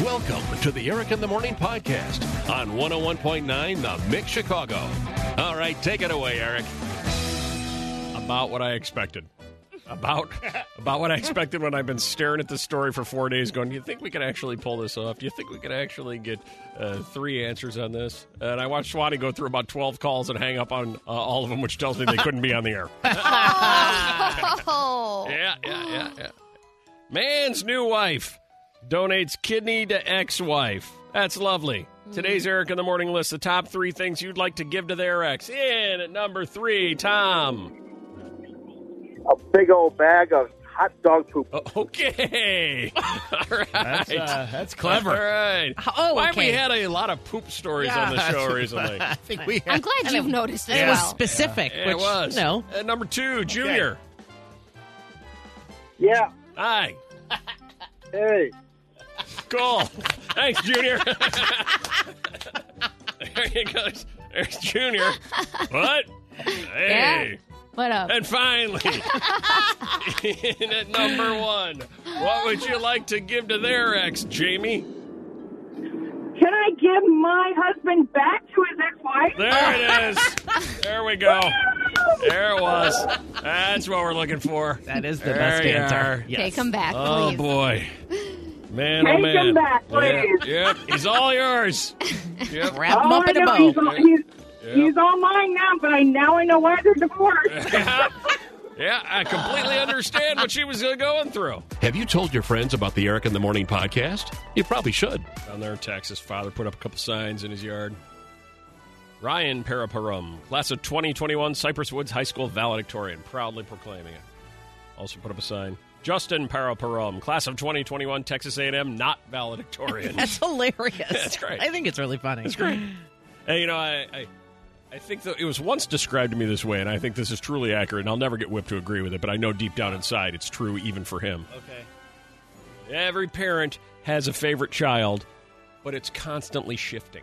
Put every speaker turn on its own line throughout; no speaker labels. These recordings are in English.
Welcome to the Eric in the Morning podcast on 101.9 The Mix Chicago. All right, take it away, Eric.
about what I expected. About about what I expected when I've been staring at this story for four days, going, "Do you think we can actually pull this off? Do you think we can actually get uh, three answers on this?" And I watched Swati go through about twelve calls and hang up on uh, all of them, which tells me they couldn't be on the air.
Oh,
Yeah, yeah, yeah, yeah. Man's new wife donates kidney to ex wife. That's lovely.
Mm.
Today's Eric in the Morning list the top three things you'd like to give to their ex. In at number three, Tom.
a big old bag of hot dog poop.
O- Okay. All right.
That's, uh, that's
All
clever.
right.
Oh,
Why we
okay.
had a lot of poop stories on the show recently.
I think we
I'm
have.
glad you've noticed as
It was
well.
specific.
Yeah,
which,
it was.
No.
At number two, Junior.
Yeah.
Hi.
Hey.
Cool. Thanks, Junior. there he goes. There's Junior. What? Hey.
What up?
And finally, in at number one, what would you like to give to their ex, Jamie?
Can I give my husband back to his ex-wife?
There it is. There we go. There it was. That's what we're looking for.
That is the
There
best
you
answer.
are.
Yes.
Take him back,
Oh
please.
boy, man!
Take
oh, man.
him back,
Yep,
please.
yep, he's all yours. Yep.
Wrap him
All Oh,
up
I
in a
know,
bow.
He's, all, he's, he's all mine now, but I now I know why they're divorced.
yeah, Yeah, I completely understand what she was uh, going through.
Have you told your friends about the Eric in the Morning podcast? You probably should.
Down there in Texas, father put up a couple signs in his yard. Ryan Paraparum, class of 2021, Cypress Woods High School valedictorian, proudly proclaiming it. Also put up a sign. Justin Paraparum, class of 2021, Texas A&M, not valedictorian.
That's hilarious.
That's great.
I think it's really funny. That's great.
Hey, you know, I, I, I think that it was once described to me this way, and I think this is truly accurate. And I'll never get whipped to agree with it, but I know deep down inside it's true, even for him.
Okay.
Every parent has a favorite child, but it's constantly shifting.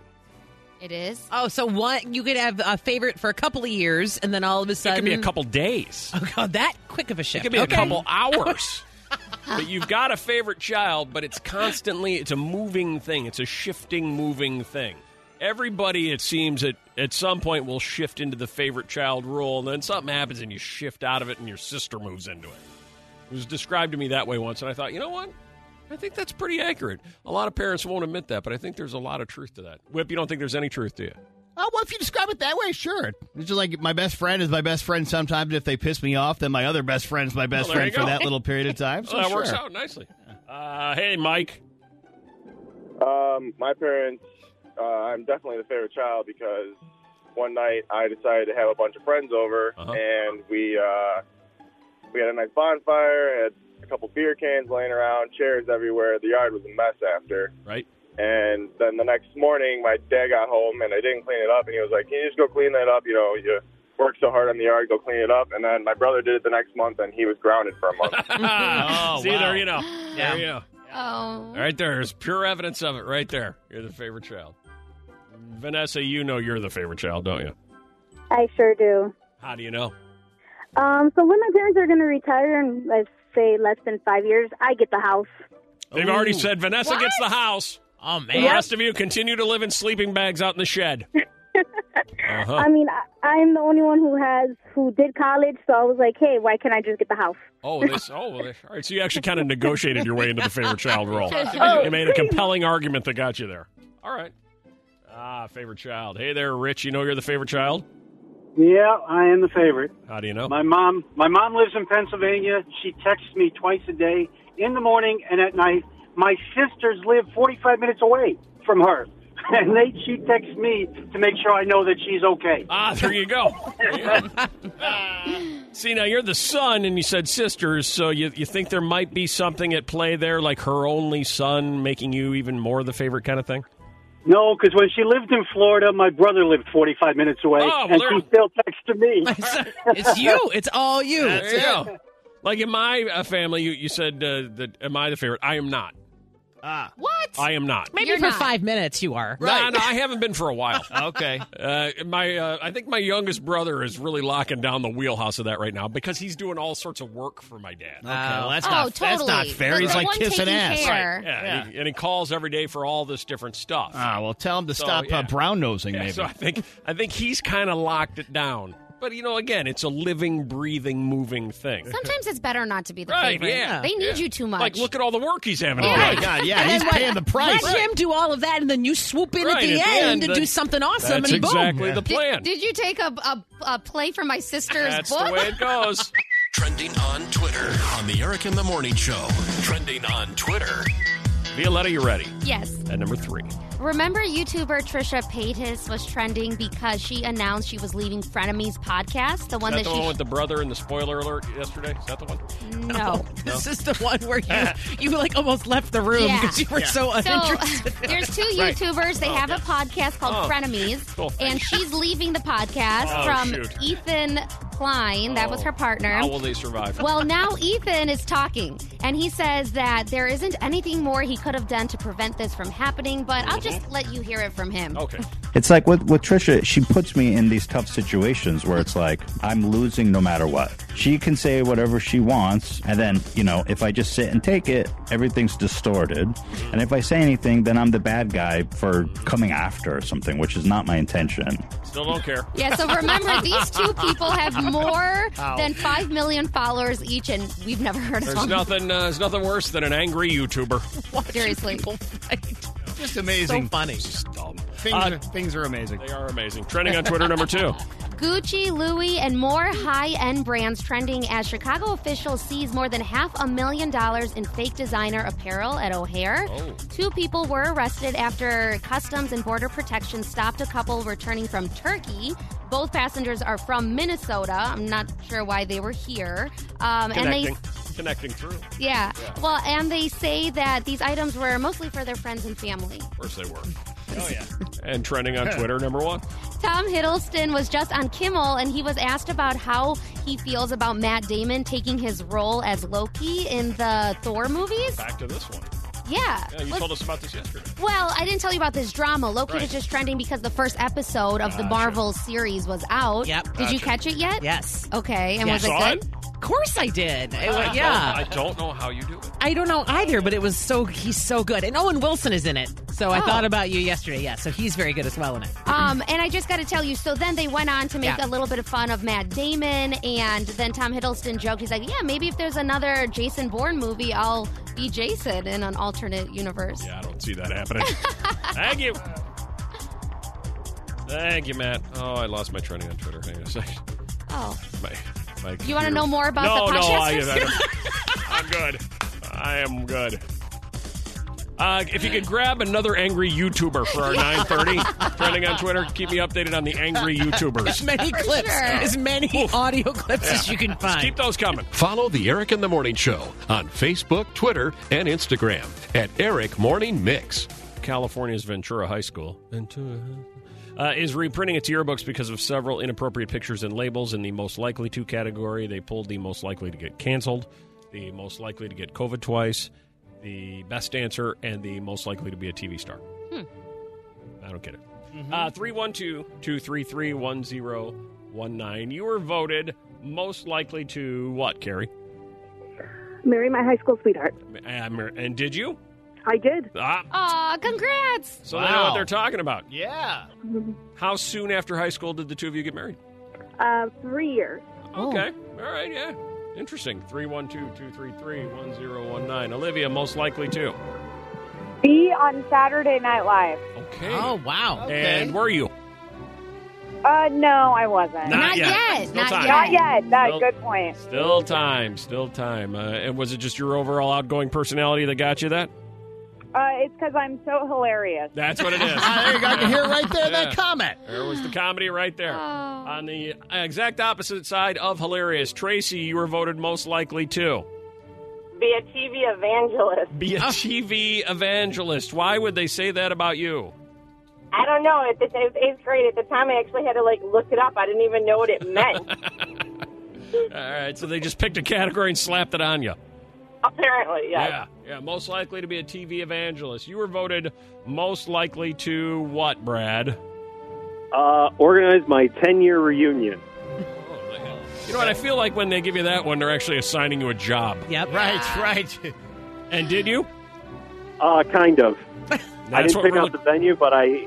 It is.
Oh, so one you could have a favorite for a couple of years, and then all of a
It
sudden,
could be a couple days.
Um, Oh, God, that quick of a
It
shift.
could be
Okay.
a couple hours. but you've got a favorite child, but it's constantly it's a moving thing. It's a shifting, moving thing. Everybody, it seems, at at some point will shift into the favorite child rule, and then something happens and you shift out of it, and your sister moves into it. It was described to me that way once, and I thought, you know what? I think that's pretty accurate. A lot of parents won't admit that, but I think there's a lot of truth to that. Whip, you don't think there's any truth to you?
Oh, well, if you describe it that way, sure. It's just like my best friend is my best friend sometimes. If they piss me off, then my other best friend's my best
Well, there
friend
you
for
go.
that little period of time. So
Well, that
sure.
works out nicely. Uh, hey, Mike.
Um, my parents. Uh, I'm definitely the favorite child because one night I decided to have a bunch of friends over,
Uh-huh.
and we uh, we had a nice bonfire, had a couple beer cans laying around, chairs everywhere. The yard was a mess after.
Right.
And then the next morning, my dad got home and I didn't clean it up. And he was like, Can you just go clean that up? You know, you worked so hard on the yard, go clean it up. And then my brother did it the next month and he was grounded for a month.
See,
Oh, wow.
there you know.
Yeah.
There you know.
Oh,
Right there's pure evidence of it right there. You're the favorite child. Vanessa, you know you're the favorite child, don't you?
I sure do.
How do you know?
Um, so when my parents are going to retire in, let's say, less than five years, I get the house.
They've already said Vanessa gets the house.
Oh
The
man.
rest of you continue to live in sleeping bags out in the shed. uh-huh.
I mean, I, I'm the only one who has who did college, so I was like, hey, why can't I just get the house?
Oh, this. Oh, well, this- all right. So you actually kind of negotiated your way into the favorite child role.
Oh,
You made a compelling argument that got you there. All right. Ah, favorite child. Hey there, Rich. You know you're the favorite child.
Yeah, I am the favorite.
How do you know?
My mom, my mom lives in Pennsylvania. She texts me twice a day, in the morning and at night. My sisters live 45 minutes away from her, and they she texts me to make sure I know that she's okay.
Ah, there you go. Ah. See, now you're the son, and you said sisters, so you, you think there might be something at play there, like her only son making you even more the favorite kind of thing?
No, because when she lived in Florida, my brother lived 45 minutes away,
Oh, well,
and
there-
she still texted me.
Oh
it's you. It's all you.
That's it. Like in my uh, family, you, you said uh, that, am I the favorite? I am not.
Ah,
What?
I am not.
Maybe
You're
for
not.
five minutes you are.
No, no, I haven't been for a while.
okay.
Uh, my, uh, I think my youngest brother is really locking down the wheelhouse of that right now because he's doing all sorts of work for my
Uh,
dad.
Okay, well, that's
oh,
not
totally.
that's not fair.
The-
He's
the
like
one
kissing
taking
ass.
care.
Yeah, And, he, and he calls every day for all this different stuff.
Ah, well, tell him to stop
yeah.
uh, brown nosing,
Yeah,
maybe.
so I think I think he's kind of locked it down. But you know, again, it's a living, breathing, moving thing.
Sometimes it's better not to be the
Right,
favorite.
yeah.
They need
Yeah.
you too much.
Like, look at all the work he's having.
oh
to
my
do.
God, yeah, he's paying the price.
Let him do all of that, and then you swoop in
Right,
at the end to
that-
do something awesome,
That's
and boom.
exactly the
did,
plan.
did you take a, a, a play from my sister's
That's
book?
the way it goes.
Trending on Twitter on the Eric in the Morning Show. Trending on Twitter.
Violetta, you ready?
yes.
At number three.
Remember YouTuber Trisha Paytas was trending because she announced she was leaving Frenemies podcast, the one
Is that
that,
the
she
one with the brother and the spoiler alert yesterday? Is that the one?
no.
This is the one where you you like almost left the room
Yeah.
because you were so uh,
So
uninterested.
there's two YouTubers. They have a podcast called Frenemies,
Oh, Cool.
and she's leaving the podcast
Oh,
from
shoot. Oh.
Ethan Klein. That was her partner.
How will they survive?
Well, now Ethan is talking, and he says that there isn't anything more he could have done to prevent this from happening, but I'll just let you hear it from him.
Mm-hmm. okay.
It's like with, with Trisha, she puts me in these tough situations where it's like, I'm losing no matter what. She can say whatever she wants. And then, you know, if I just sit and take it, everything's distorted. And if I say anything, then I'm the bad guy for coming after or something, which is not my intention.
Still don't care.
Yeah, so remember, these two people have more than 5 million followers each, and we've never heard of
There's
them.
nothing. Uh, there's nothing worse than an angry YouTuber.
Seriously.
Just amazing.
funny. Uh,
Things, are, things are amazing.
They are amazing. Trending on Twitter number two.
Gucci, Louis, and more high end brands trending as Chicago officials seize more than half a million dollars in fake designer apparel at O'Hare. Two people were arrested after Customs and Border Protection stopped a couple returning from Turkey. Both passengers are from Minnesota. I'm not sure why they were here. Um, and they
Connecting. Connecting through. Of
Yeah. Well, and they say that these items were mostly for their friends and family.
course they were. Oh yeah. And trending on Twitter number one.
Tom Hiddleston was just on Kimmel and he was asked about how he feels about Matt Damon taking his role as Loki in the Thor movies.
Back to this one.
Yeah.
Yeah, you
Let's-
told us about this yesterday.
well, I didn't tell you about this drama. Loki
Right.
was just trending because the first episode of the Marvel series was out.
Yep.
Did you catch it yet?
Yes.
Okay. And
Yeah.
was it
Saw
good?
it?
Of course I did. It wa-
I
yeah.
Oh,
Don't, I don't know how you do it.
I don't know either, but it was so he's so good, and Owen Wilson is in it. So I
Oh.
thought about you yesterday. Yeah, so he's very good as well in it.
Um, and I just got to tell you, so then they went on to make
Yeah.
a little bit of fun of Matt Damon, and then Tom Hiddleston joked, he's like, yeah, maybe if there's another Jason Bourne movie, I'll be Jason in an alternate universe.
Yeah, I don't see that happening. Thank you. Thank you, Matt. Oh, I lost my trending on Twitter. Hang on a second.
Oh,
My, my
you want to
computer-
know more about
no,
the
no, I,
podcast?
I, I'm good. I am good. Uh, if you could grab another angry YouTuber for our 9:30 trending on Twitter, keep me updated on the angry YouTubers.
Many clips,
sure.
as many audio clips as you can find.
Keep those coming.
Follow the Eric in the Morning Show on Facebook, Twitter, and Instagram at Eric Morning Mix.
California's Ventura High School Ventura, uh, is reprinting its yearbooks because of several inappropriate pictures and labels in the most likely to category. They pulled the most likely to get canceled, the most likely to get COVID twice, the best dancer, and the most likely to be a TV star. I don't get it. Uh, 312-233-1019. You were voted most likely to what, Carrie?
Marry my high school sweetheart.
Um, And did you?
I did.
Ah,
Aw, congrats!
so they know what
Wow.
they're talking about.
Yeah.
How soon after high school did the two of you get married?
Uh, three years.
Okay. All right, yeah. Interesting. 312-233-1019. Olivia, most likely to.
Be on Saturday Night Live.
Okay.
oh wow!
okay.
And were you?
Uh, no, I wasn't.
Not
Not
yet.
yet.
Still
Not
time.
yet.
Not yet. No,
Nope.
good point.
Still time. Still time. Uh, and was it just your overall outgoing personality that got you that?
Uh, it's because I'm so hilarious.
That's what it is.
Ah, there you go. I can hear right there that
Yeah.
comment.
There was the comedy right there. On the exact opposite side of hilarious, Tracy, you were voted most likely to
Be a TV evangelist.
be a TV evangelist. Why would they say that about you?
I don't know. It, it was eighth grade at the time. I actually had to like look it up. I didn't even know what it meant.
All right, so they just picked a category and slapped it on you.
Apparently, yes.
Yeah, yeah. Most likely to be a TV evangelist. You were voted most likely to what, Brad?
Uh, organize my 10 year reunion.
You know Oh, what? I feel like when they give you that one, they're actually assigning you a job.
Yep.
Right, right.
And did you?
Uh, kind of. I
That's
didn't
what
pick
we're
out the venue, but I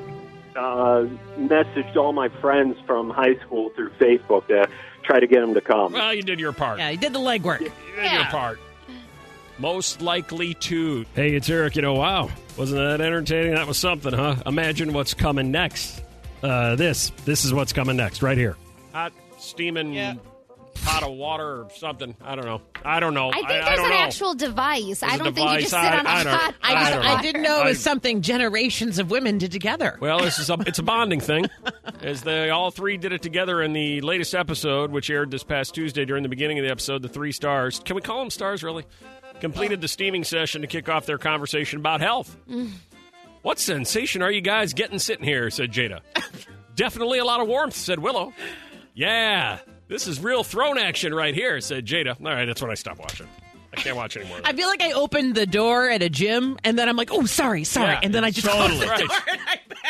uh, messaged all my friends from high school through Facebook to try to get them to come.
Well, you did your part.
Yeah, you did the legwork.
You did your part. Most likely to. Hey, it's Eric. You know, wow, wasn't that entertaining? That was something, huh? Imagine what's coming next. Uh, this, this is what's coming next, right here. Hot steaming pot of water or something. I don't know. I don't know.
I think
I,
there's
don't
an
know.
actual device. I
a
don't think you just sit
device. I-
on a
I don't-
hot.
I
pot
don't
of
know.
I didn't know it was
I-
something generations of women did together.
Well, this is a it's a bonding thing, as they all three did it together in the latest episode, which aired this past Tuesday during the beginning of the episode. The three stars, can we call them stars? Really, completed the steaming session to kick off their conversation about health. What sensation are you guys getting sitting here? Said Jada. Definitely a lot of warmth, said Willow. Yeah, this is real throne action right here, said Jada. All right, that's when I stopped watching. I can't watch anymore.
I feel like I opened the door at a gym and then I'm like, oh, sorry, sorry.
Yeah,
and then I just
totally.
closed the
Right.
door. And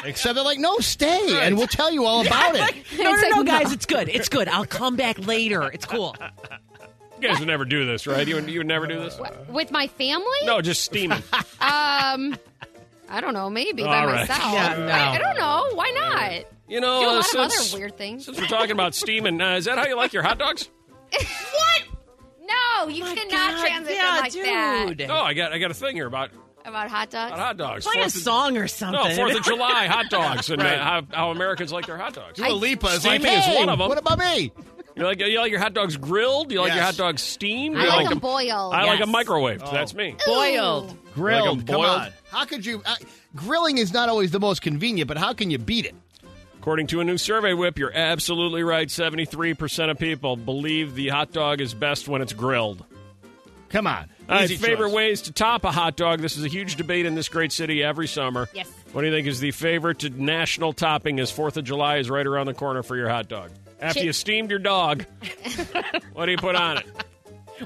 I,
Except they're like, no, stay, and we'll tell you all about it.
no,
It's
no,
like,
no,
no.
guys, it's good. It's good. I'll come back later. It's cool.
You guys would never do this, right? You would, you would never do this.
pot. With my family?
No, just steaming.
Um, I don't know. Maybe by
All right.
myself.
Yeah, no.
I, I don't know. Why not?
You know,
Do a
uh,
lot of
since,
other weird things.
Since we're talking about steaming, uh, is that how you like your hot dogs?
what? No, you
My
cannot
God,
transition
yeah,
like
dude.
that.
No, I got I got a thing here about,
About hot dogs.
about hot dogs.
Play a
Oh, Fourth of-
song or something.
No, Fourth of July hot dogs and
Right.
uh, how, how Americans like their hot dogs.
Dua Lipa is like,
Steaming is
hey,
one of 'em.
what about me?
You like you like your hot dogs grilled? You like your hot
Yes.
dogs steamed?
I
You
like them
'em-
boiled.
I like
Yes.
them microwaved. That's me.
Boiled.
Grilled,
Like 'em
come
boiled?
on. How could you? Uh, grilling is not always the most convenient, but how can you beat it?
According to a new survey, Whip, you're absolutely right. Seventy three percent of people believe the hot dog is best when it's grilled.
Come on.
All right,
Easy
favorite
choice.
ways to top a hot dog. This is a huge debate in this great city every summer.
Yes.
What do you think is the favorite to national topping as 4th of July is right around the corner for your hot dog? After
Chi-
you steamed your dog, what do you put on it?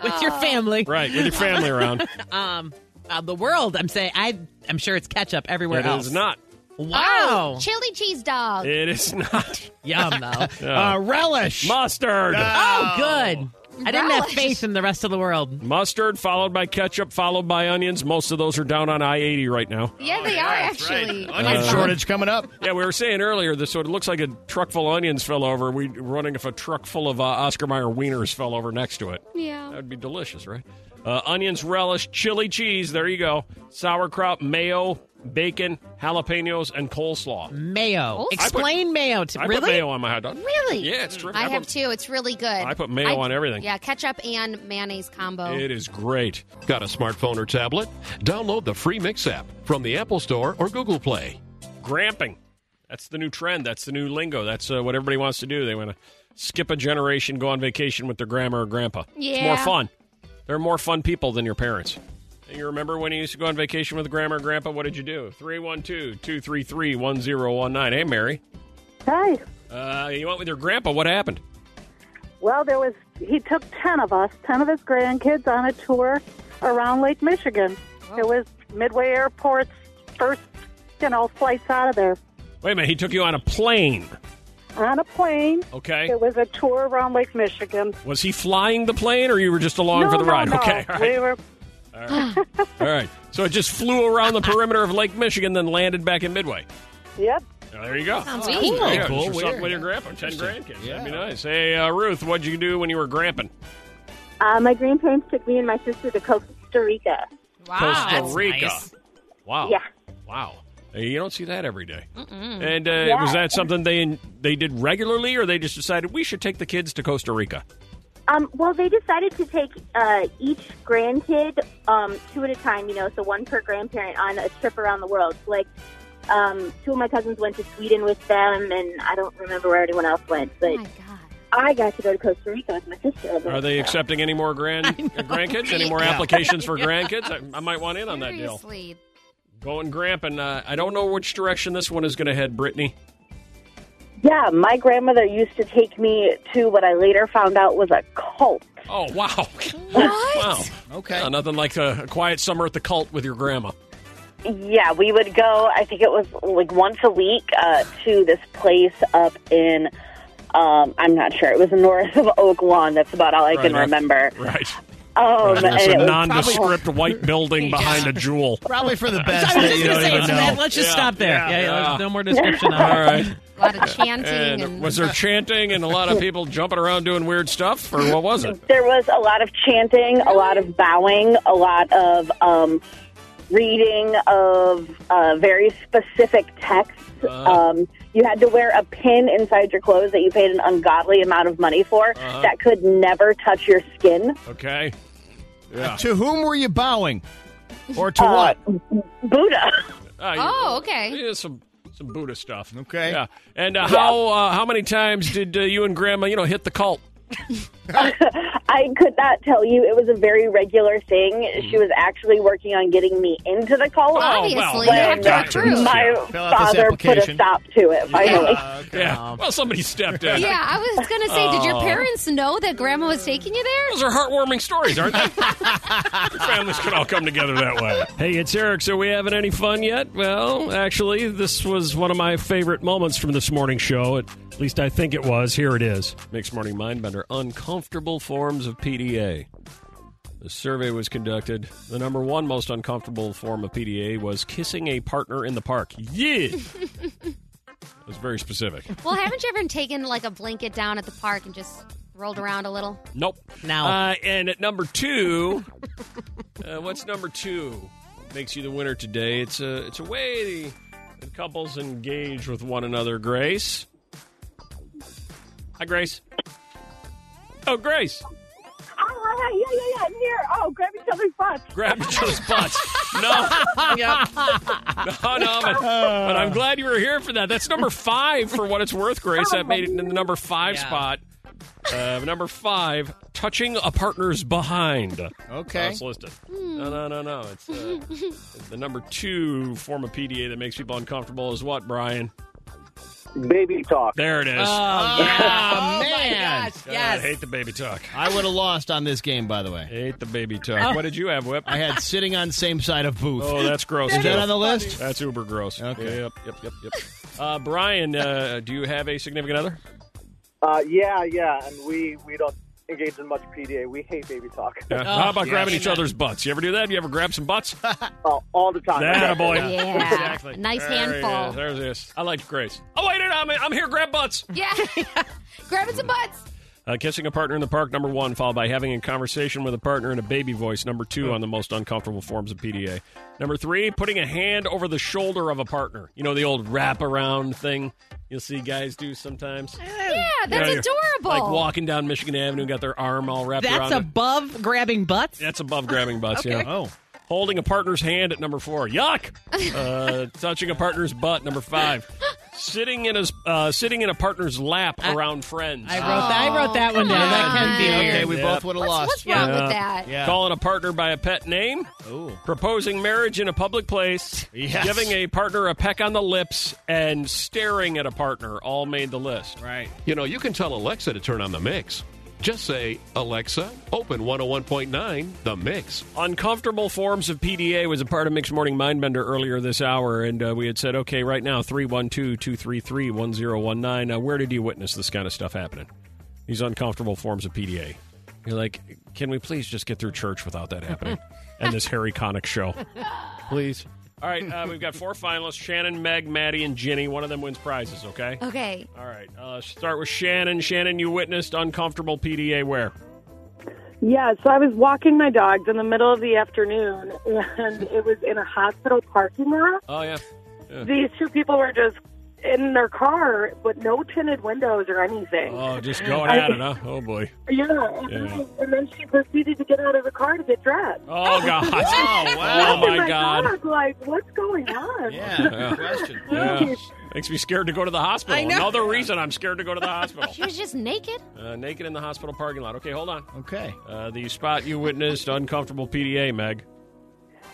With
Oh.
your family.
Right, with your family around.
Um, uh, the world, I'm saying, I, I'm sure it's ketchup everywhere
It
else.
is not.
Wow.
Oh, chili cheese dog.
It is not.
Yum, though.
Uh, relish.
Mustard.
oh, good. I didn't have
Relish.
faith in the rest of the world.
Mustard followed by ketchup, followed by onions. Most of those are down on I 80 right now.
yeah, they are actually.
Onion shortage coming up.
Yeah, we were saying earlier this. So it looks like a truck full of onions fell over. We running if a truck full of uh, Oscar Mayer wieners fell over next to it.
Yeah.
That would be delicious, right? Uh, onions, relish, chili cheese. There you go. Sauerkraut, mayo, bacon, jalapenos, and coleslaw.
Mayo.
Oh. I put-
Explain mayo to
I
really?
put mayo on my hot dog.
Really?
Yeah, it's terrific.
I,
I
have
put-
two. It's really good. I
put mayo on everything.
Yeah, ketchup and mayonnaise combo.
It is great.
Got a smartphone or tablet? Download the free Mix app from the Apple Store or Google Play.
Gramping. That's the new trend. That's the new lingo. That's uh, what everybody wants to do. They want to skip a generation, go on vacation with their grandma or grandpa. It's
Yeah.
more fun. They're more fun people than your parents. And You remember when you used to go on vacation with grandma or grandpa? What did you do? 312 233 1019. Hey, Mary.
Hi.
Uh, you went with your grandpa. What happened?
Well, there was he took ten of us, ten of his grandkids, on a tour around Lake Michigan. It was Midway Airport's first, you know, flights out of there
Wait a minute. He took you on a plane.
on a plane.
Okay.
It was a tour around Lake Michigan.
Was he flying the plane or you were just along
no,
for the
no,
ride?
no.
Okay. All right.
We were
All right. So it just flew around the perimeter of Lake Michigan, then landed back in Midway.
yep.
Oh, there you go.
Sounds
There
cool.
you go.
Pretty
Just
cool.
for
Weird.
something with your grandpa. Ten grandkids. That'd be nice. Hey, uh, Ruth, what'd you do when you were gramping?
Uh, my grandparents took me and my sister to Costa Rica.
Wow.
Costa
that's
Rica.
nice.
Wow.
Yeah.
Wow. Hey, You don't see that every day. And uh,
Yeah.
was that something they they did regularly, or they just decided we should take the kids to Costa Rica?
Um, well, they decided to take uh, each grandkid um, two at a time, you know, so one per grandparent on a trip around the world. Like, um, two of my cousins went to Sweden with them, and I don't remember where anyone else went,
Oh
but
my god.
I got to go to Costa Rica with my sister.
Are they accepting any more grand uh, grandkids? Any more
Yeah.
applications for grandkids? I, I might want in on that deal.
Seriously.
Going gramping. Uh, I don't know which direction this one is going to head, Brittany.
Yeah, my grandmother used to take me to what I later found out was a cult.
Oh, wow. Wow. Okay. nothing like a, a quiet summer at the cult with your grandma.
Yeah, we would go, I think it was like once a week, uh, to this place up in, um, I'm not sure, it was north of Oak Lawn. That's about all I
Right,
can
I-
remember.
Right.
Um,
Right,
and
it's a
it was
nondescript white building behind a jewel.
Probably for the
best.
that you don't even know.
Let's just stop there. Yeah, yeah, there's no more description on it.
All right.
A lot of chanting.
And,
And,
was there chanting and a lot of people jumping around doing weird stuff, or what was it?
There was a lot of chanting, a lot of bowing, a lot of um, reading of uh, very specific texts.
Uh-huh.
Um, you had to wear a pin inside your clothes that you paid an ungodly amount of money for
Uh-huh.
that could never touch your skin.
Okay. Yeah.
To whom were you bowing? Or to what?
Buddha.
Oh, okay.
Uh, Yeah, some some Buddha stuff.
Okay.
Yeah. And uh, how uh, how many times did uh, you and Grandma, you know, hit the cult?
I could not tell you. It was a very regular thing.
Hmm.
She was actually working on getting me into the cult.
Oh, well, Obviously, you have to
but
recruit.
My
Yeah. Fill out this
father put a
application.
stop to it finally.
Yeah. Well, somebody stepped in.
yeah, I was going to say, did your
Oh.
parents know that grandma was taking you there?
Those are heartwarming stories, aren't they? Your families can all come together that way. Hey, it's Eric. So, we having any fun yet? Well, actually, this was one of my favorite moments from this morning show. At least I think it was. Here it is. Mixed Morning Mindbender Uncomfortable Forms of PDA. The survey was conducted. The number one most uncomfortable form of PDA was kissing a partner in the park. Yeah! It was very specific.
Well, haven't you ever taken like a blanket down at the park and just rolled around a little?
Nope.
No.
Uh, and at number two, uh, what's number two? Makes you the winner today. It's a it's a way the, the couples engage with one another. Grace. Hi, Grace. Oh, Grace.
Oh, yeah, yeah, yeah, I'm here. Oh, grab each other's butts.
Grab each other's butts. No. No, no, but, but I'm glad you were here for that. That's number five for what it's worth, Grace. That made it in the number five spot. Uh, number five, touching a partner's behind.
Okay.
That's listed.
Hmm.
No, no, no, no. It's uh, the number two form of PDA that makes people uncomfortable is what, Brian?
Baby talk.
There it is.
Oh,
Oh,
Ah, man.
God, I hate the baby talk.
I would have lost on this game, by the way.
Hate the baby talk. Uh, What did you have, Whip?
I had sitting on same side of booth.
Oh, that's gross.
Is
too.
that on the list?
That's uber gross.
Okay.
Yep, yep, yep, yep. Uh, Brian, uh, do you have a significant
Oh,
other?
Uh, yeah, yeah, and we we don't engage in much PDA. We hate baby talk.
Yeah. How about grabbing each other's butts? You ever do that? You ever grab some butts?
oh, all the time?
That a boy.
Yeah.
Exactly.
Nice
There he
handful.
is. There's this. I liked Grace. Oh, wait, no, no, I'm, I'm here. Grab butts.
Yeah. Grabbing some butts.
Uh, kissing a partner in the park, number one, followed by having a conversation with a partner in a baby voice, number two, on the most uncomfortable forms of PDA. Number three, putting a hand over the shoulder of a partner. You know, the old wrap around thing you'll see guys do sometimes.
Yeah, that's
You know, you're,
adorable.
Like walking down Michigan Avenue, got their arm all wrapped
That's
around. it.
above grabbing butts.
That's above grabbing butts,
Okay.
yeah. Oh. Holding a partner's hand at number four. Yuck! Uh, touching a partner's butt, number five. Sitting in a uh, sitting in a partner's lap around friends.
I wrote that. I wrote that one down. That can be
Okay,
weird.
we both would have lost.
What's wrong with that?
Yeah.
Calling a partner by a pet name. Proposing marriage in a public place.
Yes.
Giving a partner a peck on the lips and staring at a partner all made the list.
Right.
You know, you can tell Alexa to turn on the mix. Just say, Alexa, open 101.9, the mix.
Uncomfortable forms of PDA was a part of Mixed Morning Mindbender earlier this hour, and uh, we had said, okay, right now, 312 233 1019. Now, where did you witness this kind of stuff happening? These uncomfortable forms of PDA. You're like, can we please just get through church without that happening? and this Harry Connick show. Please. All right, uh, we've got four finalists Shannon, Meg, Maddie, and Ginny. One of them wins prizes, okay?
Okay.
All right, uh, start with Shannon. Shannon, you witnessed uncomfortable PDA where?
Yeah, so I was walking my dogs in the middle of the afternoon, and it was in a hospital parking lot.
Oh, yeah.
These two people were just in their car with no tinted windows or anything.
Oh, just going at it, huh? Oh, boy.
Yeah, and,
Yeah.
then- and then she proceeded to get out of the car to get dressed.
Oh God! Oh
wow.
Oh my God!
Dog, like, what's going on?
Yeah. Yeah. Makes me scared to go to the hospital.
I know.
Another reason I'm scared to go to the hospital.
She was just naked.
Uh, naked in the hospital parking lot. Okay, hold on.
Okay.
Uh, the spot you witnessed uncomfortable PDA, Meg.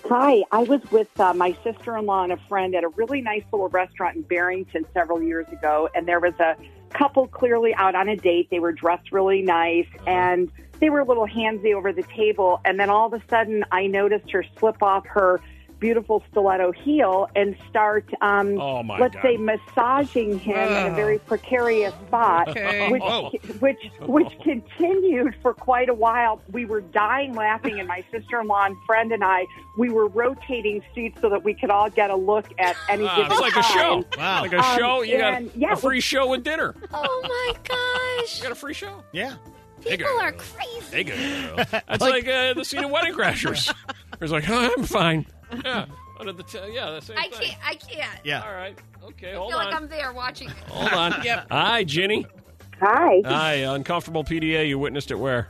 Hi, I was with uh, my sister in law and a friend at a really nice little restaurant in Barrington several years ago, and there was a couple clearly out on a date. They were dressed really nice,
Uh-huh.
and they were a little handsy over the table. And then all of a sudden, I noticed her slip off her beautiful stiletto heel and start, um,
Oh, my
let's
God.
say, massaging him in a
Ah.
very precarious spot,
Okay.
which
Whoa.
which which continued for quite a while. We were dying laughing, and my sister-in-law and friend and I we were rotating seats so that we could all get a look at any
Ah,
given
it's like a
time.
show. Wow. Like a
Um,
show. You got
and, yeah,
a free
we-
show with dinner.
Oh my gosh! You
got a free show?
Yeah.
People are crazy.
They got That's like, uh, the scene of Wedding Crashers. It's like, "Huh, I'm fine. Yeah. Under the t- yeah, the same
I
thing.
can't. I can't.
Yeah. All right. Okay.
I
hold
feel
on. Oh.
like I'm there watching.
Hold on. Hi, Ginny.
Hi.
Hi. Uncomfortable PDA. You witnessed it where?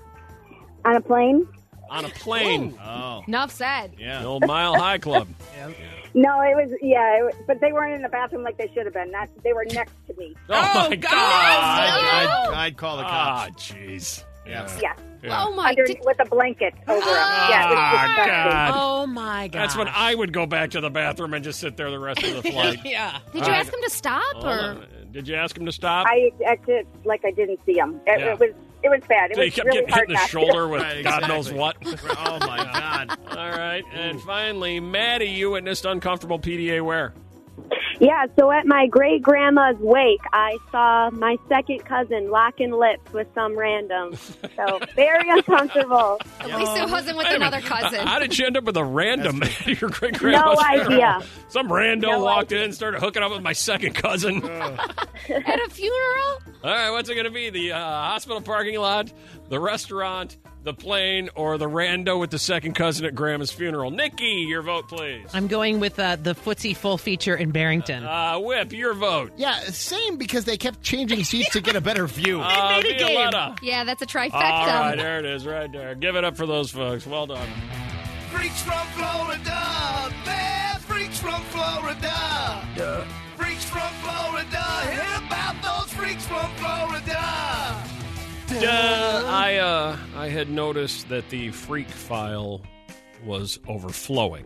On a plane?
On a plane.
Oh.
Enough said.
Yeah.
The old Mile High Club.
No, it was yeah, it was, but they weren't in the bathroom like they should have been. Not they were next to me.
Oh, my God.
I'd, I'd call the cops.
Ah, jeez.
Yeah.
Yeah.
Yeah.
Oh, my!
Under, with a blanket over them. Yeah, it was
Ah,
disgusting.
God.
Oh my god.
That's when I would go back to the bathroom and just sit there the rest of the flight.
yeah.
Did
All
you
right.
ask him to stop
Hold
or?
on. Did you ask him to stop?
I acted like I didn't see him. It,
Yeah.
it was it was bad. It
so you
was
kept
really
getting hit
hard
in the
not to.
shoulder with
Right,
God knows
exactly.
what.
Oh my God!
All right, and finally, Maddie, you witnessed uncomfortable PDA wear.
Yeah, so at my great grandma's wake, I saw my second cousin locking lips with some random. So very uncomfortable.
At least it wasn't with another cousin.
How did you end up with a random at your great
No
grandma's
idea.
Some rando
No
walked in and started hooking up with my second cousin.
Uh,
At a funeral?
All right, what's it going to be? The uh, hospital parking lot, the restaurant, the plane, or the rando with the second cousin at grandma's funeral? Nikki, your vote, please.
I'm going with uh, the footsie full feature in Barrington.
Uh, Whip, your vote.
Yeah, same because they kept changing seats to get a better view.
Uh, Violetta.
Yeah, that's a trifecta.
All right, there it is, right there. Give it up for those folks. Well done.
Freaks from Florida, they're freaks from Florida. Freaks from Florida, hear about those freaks from Florida.
Duh. I uh, I had noticed that the freak file was overflowing.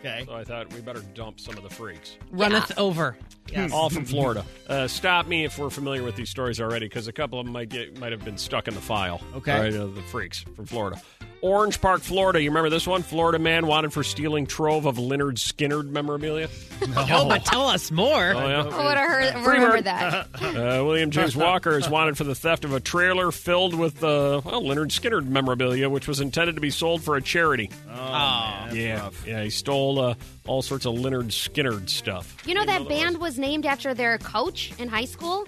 Okay.
So I thought we better dump some of the freaks.
Runneth over. Yes.
All from Florida. Uh, stop me if we're familiar with these stories already, because a couple of them might get might have been stuck in the file.
Okay.
All right, uh, the freaks from Florida, Orange Park, Florida. You remember this one? Florida man wanted for stealing trove of Leonard Skinner memorabilia.
Oh, but tell us more.
Oh, yeah.
I would have heard,
Free
remember
bird.
that.
Uh, William James Walker is wanted for the theft of a trailer filled with uh, well, Leonard Skinner memorabilia, which was intended to be sold for a charity. Oh, yeah, yeah, he stole uh, all sorts of Leonard Skinner stuff.
You know that band was named after their coach in high school?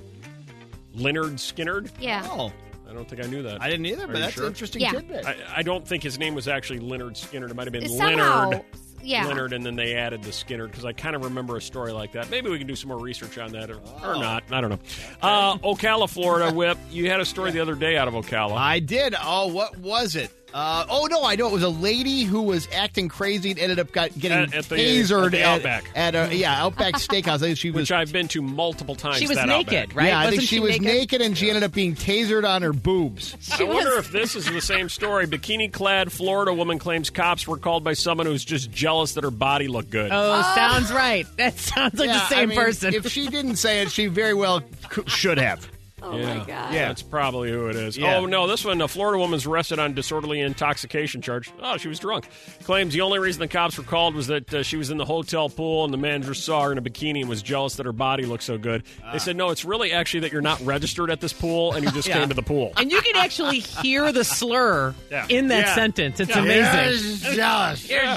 Leonard Skinner?
Yeah.
Oh.
I don't think I knew that.
I didn't either,
Are
but
you
that's
sure?
an interesting
Yeah.
tidbit.
I, I don't think his name was actually Leonard Skinner. It might have been
Somehow,
Leonard.
yeah.
Leonard, and then they added the Skinner because I kind of remember a story like that. Maybe we can do some more research on that or, or
Oh.
not. I don't know. Uh, Ocala, Florida, Whip. You had a story the other day out of Ocala.
I did. Oh, what was it? Uh, oh no, I know it was a lady who was acting crazy and ended up got getting
At- at the-
tasered
at the
at,
Outback.
at a yeah Outback Steakhouse. I think she was.
which I've been to multiple times.
She was
that
naked,
Outback.
right?
Yeah, I
Wasn't
think she,
she
was
naked?
naked and she ended up being tasered on her boobs.
I wonder if this is the same story. Bikini clad Florida woman claims cops were called by someone who's just jealous that her body looked good.
Oh, sounds right. That sounds like
Yeah,
the
I
same
mean,
person.
If she didn't say it, she very well cou- should have.
Oh my god.
Yeah.
That's probably who it is.
Yeah.
Oh, no, this one. A Florida woman's arrested on disorderly intoxication charge. Oh, she was drunk. Claims the only reason the cops were called was that uh, she was in the hotel pool and the manager saw her in a bikini and was jealous that her body looked so good.
Ah.
They said, no, it's really actually that you're not registered at this pool and you just
Yeah.
came to the pool.
and you can actually hear the slur
Yeah.
in that
Yeah.
sentence. It's
Yeah.
amazing.
You're jealous.
You're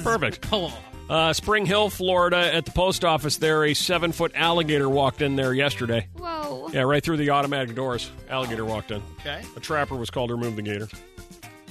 Perfect.
Cool.
Uh, Spring Hill, Florida, at the post office there, a seven foot alligator walked in there yesterday.
Whoa.
Yeah, right through the automatic doors. Alligator walked in.
Okay.
A trapper was called to remove the gator.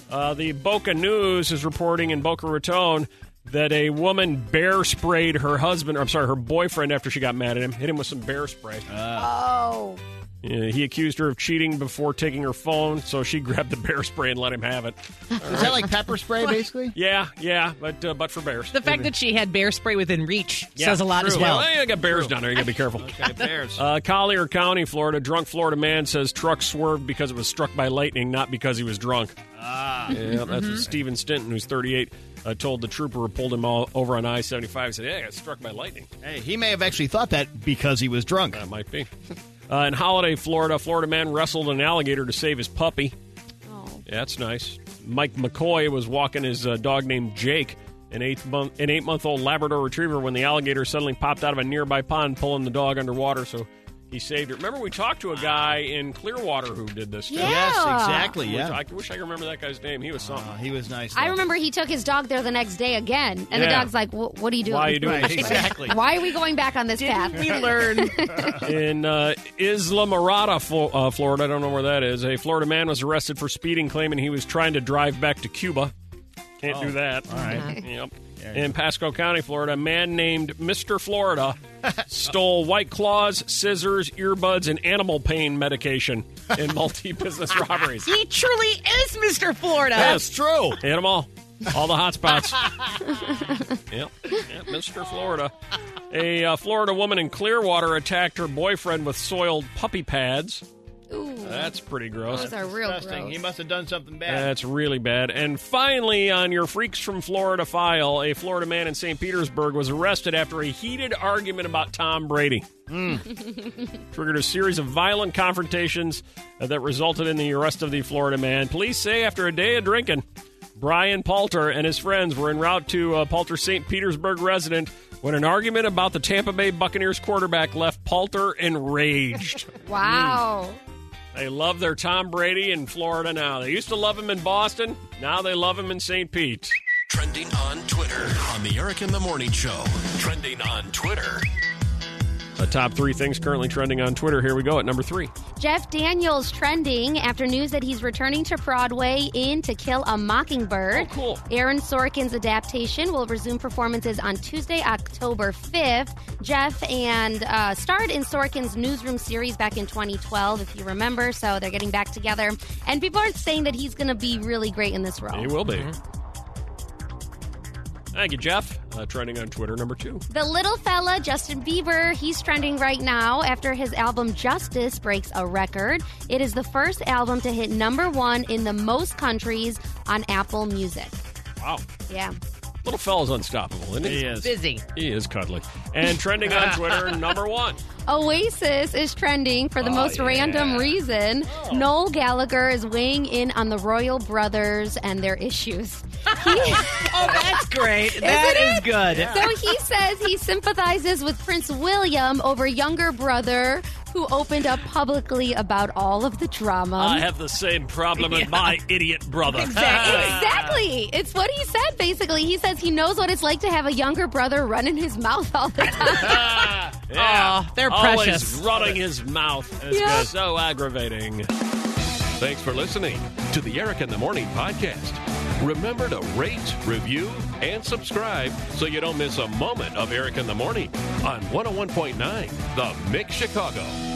Uh, the Boca News is reporting in Boca Raton that a woman bear Ah. sprayed her husband, or I'm sorry, her boyfriend after she got mad at him, hit him with some bear spray.
Oh.
Yeah, he accused her of cheating before taking her phone, so she grabbed the bear spray and let him have it.
Is that like pepper spray, basically?
Yeah, yeah, but uh, but for bears.
The fact that she had bear spray within reach
Yeah,
says a lot
true.
as well.
I got bears down there. You got to be careful.
bears.
Uh, Collier County, Florida. Drunk Florida man says truck swerved because it was struck by lightning, not because he was drunk. Ah. Yeah, that's what Steven Stinton, who's 38, uh, told the trooper who pulled him all over on I 75. said, Yeah, I got struck by lightning.
Hey, he may have actually thought that because he was drunk.
That might be. Uh, in Holiday, Florida, a Florida man wrestled an alligator to save his puppy. Yeah, that's nice. Mike McCoy was walking his uh, dog named Jake, an eight month an eight month old Labrador Retriever, when the alligator suddenly popped out of a nearby pond, pulling the dog underwater. So he saved it. Remember, we talked to a guy in Clearwater who did this. Too.
Yeah. Yes, exactly,
Which
yeah.
I wish I could remember that guy's name. He was something.
he was nice.
I remember he took his dog there the next day again, and the
Yeah.
dog's like, "Wh- "What are you doing?
Why are you doing Right, this? exactly.
Why are we going back on this path?"
We learned.
in uh, Isla Mirada, Flo- uh, Florida. I don't know where that is. A Florida man was arrested for speeding, claiming he was trying to drive back to Cuba. Can't
Oh,
do that. All
right.
Yep.
Yeah, yeah.
In Pasco County, Florida, a man named Mr. Florida stole white claws, scissors, earbuds, and animal pain medication in multi business robberies.
He truly is Mr. Florida.
true. Hit them all. All the hot spots. yep. yep. Mr. Florida. A uh, Florida woman in Clearwater attacked her boyfriend with soiled puppy pads.
Ooh. Oh,
That's pretty gross.
Those are real gross. He must have done something
Uh,
bad.
That's really bad. And finally, on your Freaks from Florida file, a Florida man in St. Petersburg was arrested after a heated argument about Tom Brady. Triggered a series of violent confrontations uh, that resulted in the arrest of the Florida man. Police say after a day of drinking, Brian Palter and his friends were en route to a Palter St. Petersburg resident when an argument about the Tampa Bay Buccaneers quarterback left Palter enraged. Mm.
wow.
They love their Tom Brady in Florida now. They used to love him in Boston. Now they love him in St. Pete.
Trending on Twitter on the Eric in the Morning Show. Trending on Twitter.
The top three things currently trending on Twitter. Here we go at number three.
Jeff Daniels trending after news that he's returning to Broadway in To Kill a Mockingbird.
Oh, cool.
Aaron Sorkin's adaptation will resume performances on Tuesday, October 5th. Jeff and uh, starred in Sorkin's Newsroom series back in 2012, if you remember. So they're getting back together. And people are saying that he's going to be really great in this role.
He will be. Thank you, Jeff. Uh, trending on Twitter, number two.
The little fella, Justin Bieber, he's trending right now after his album Justice breaks a record. It is the first album to hit number one in the most countries on Apple Music.
Wow.
Yeah.
Little fella's unstoppable, isn't he?
He is. Busy.
He is cuddly. And trending on Twitter, number one.
Oasis is trending for the
Oh,
most
yeah. Oh.
random reason. Noel Gallagher is weighing in on the Royal Brothers and their issues.
oh, that's great.
Isn't
That is
it?
good.
So he says he sympathizes with Prince William over younger brother who opened up publicly about all of the drama.
the same problem with my idiot brother.
Exactly. It's what he said, basically. He says he knows what it's like to have a younger brother run in his mouth all the time.
Aw, they're precious.
Always running his mouth. It's
Yeah.
so aggravating.
Thanks for listening to the Eric in the Morning podcast. Remember to rate, review, and subscribe so oh you don't miss a moment of Eric in the Morning on 101.9 The Mix Chicago.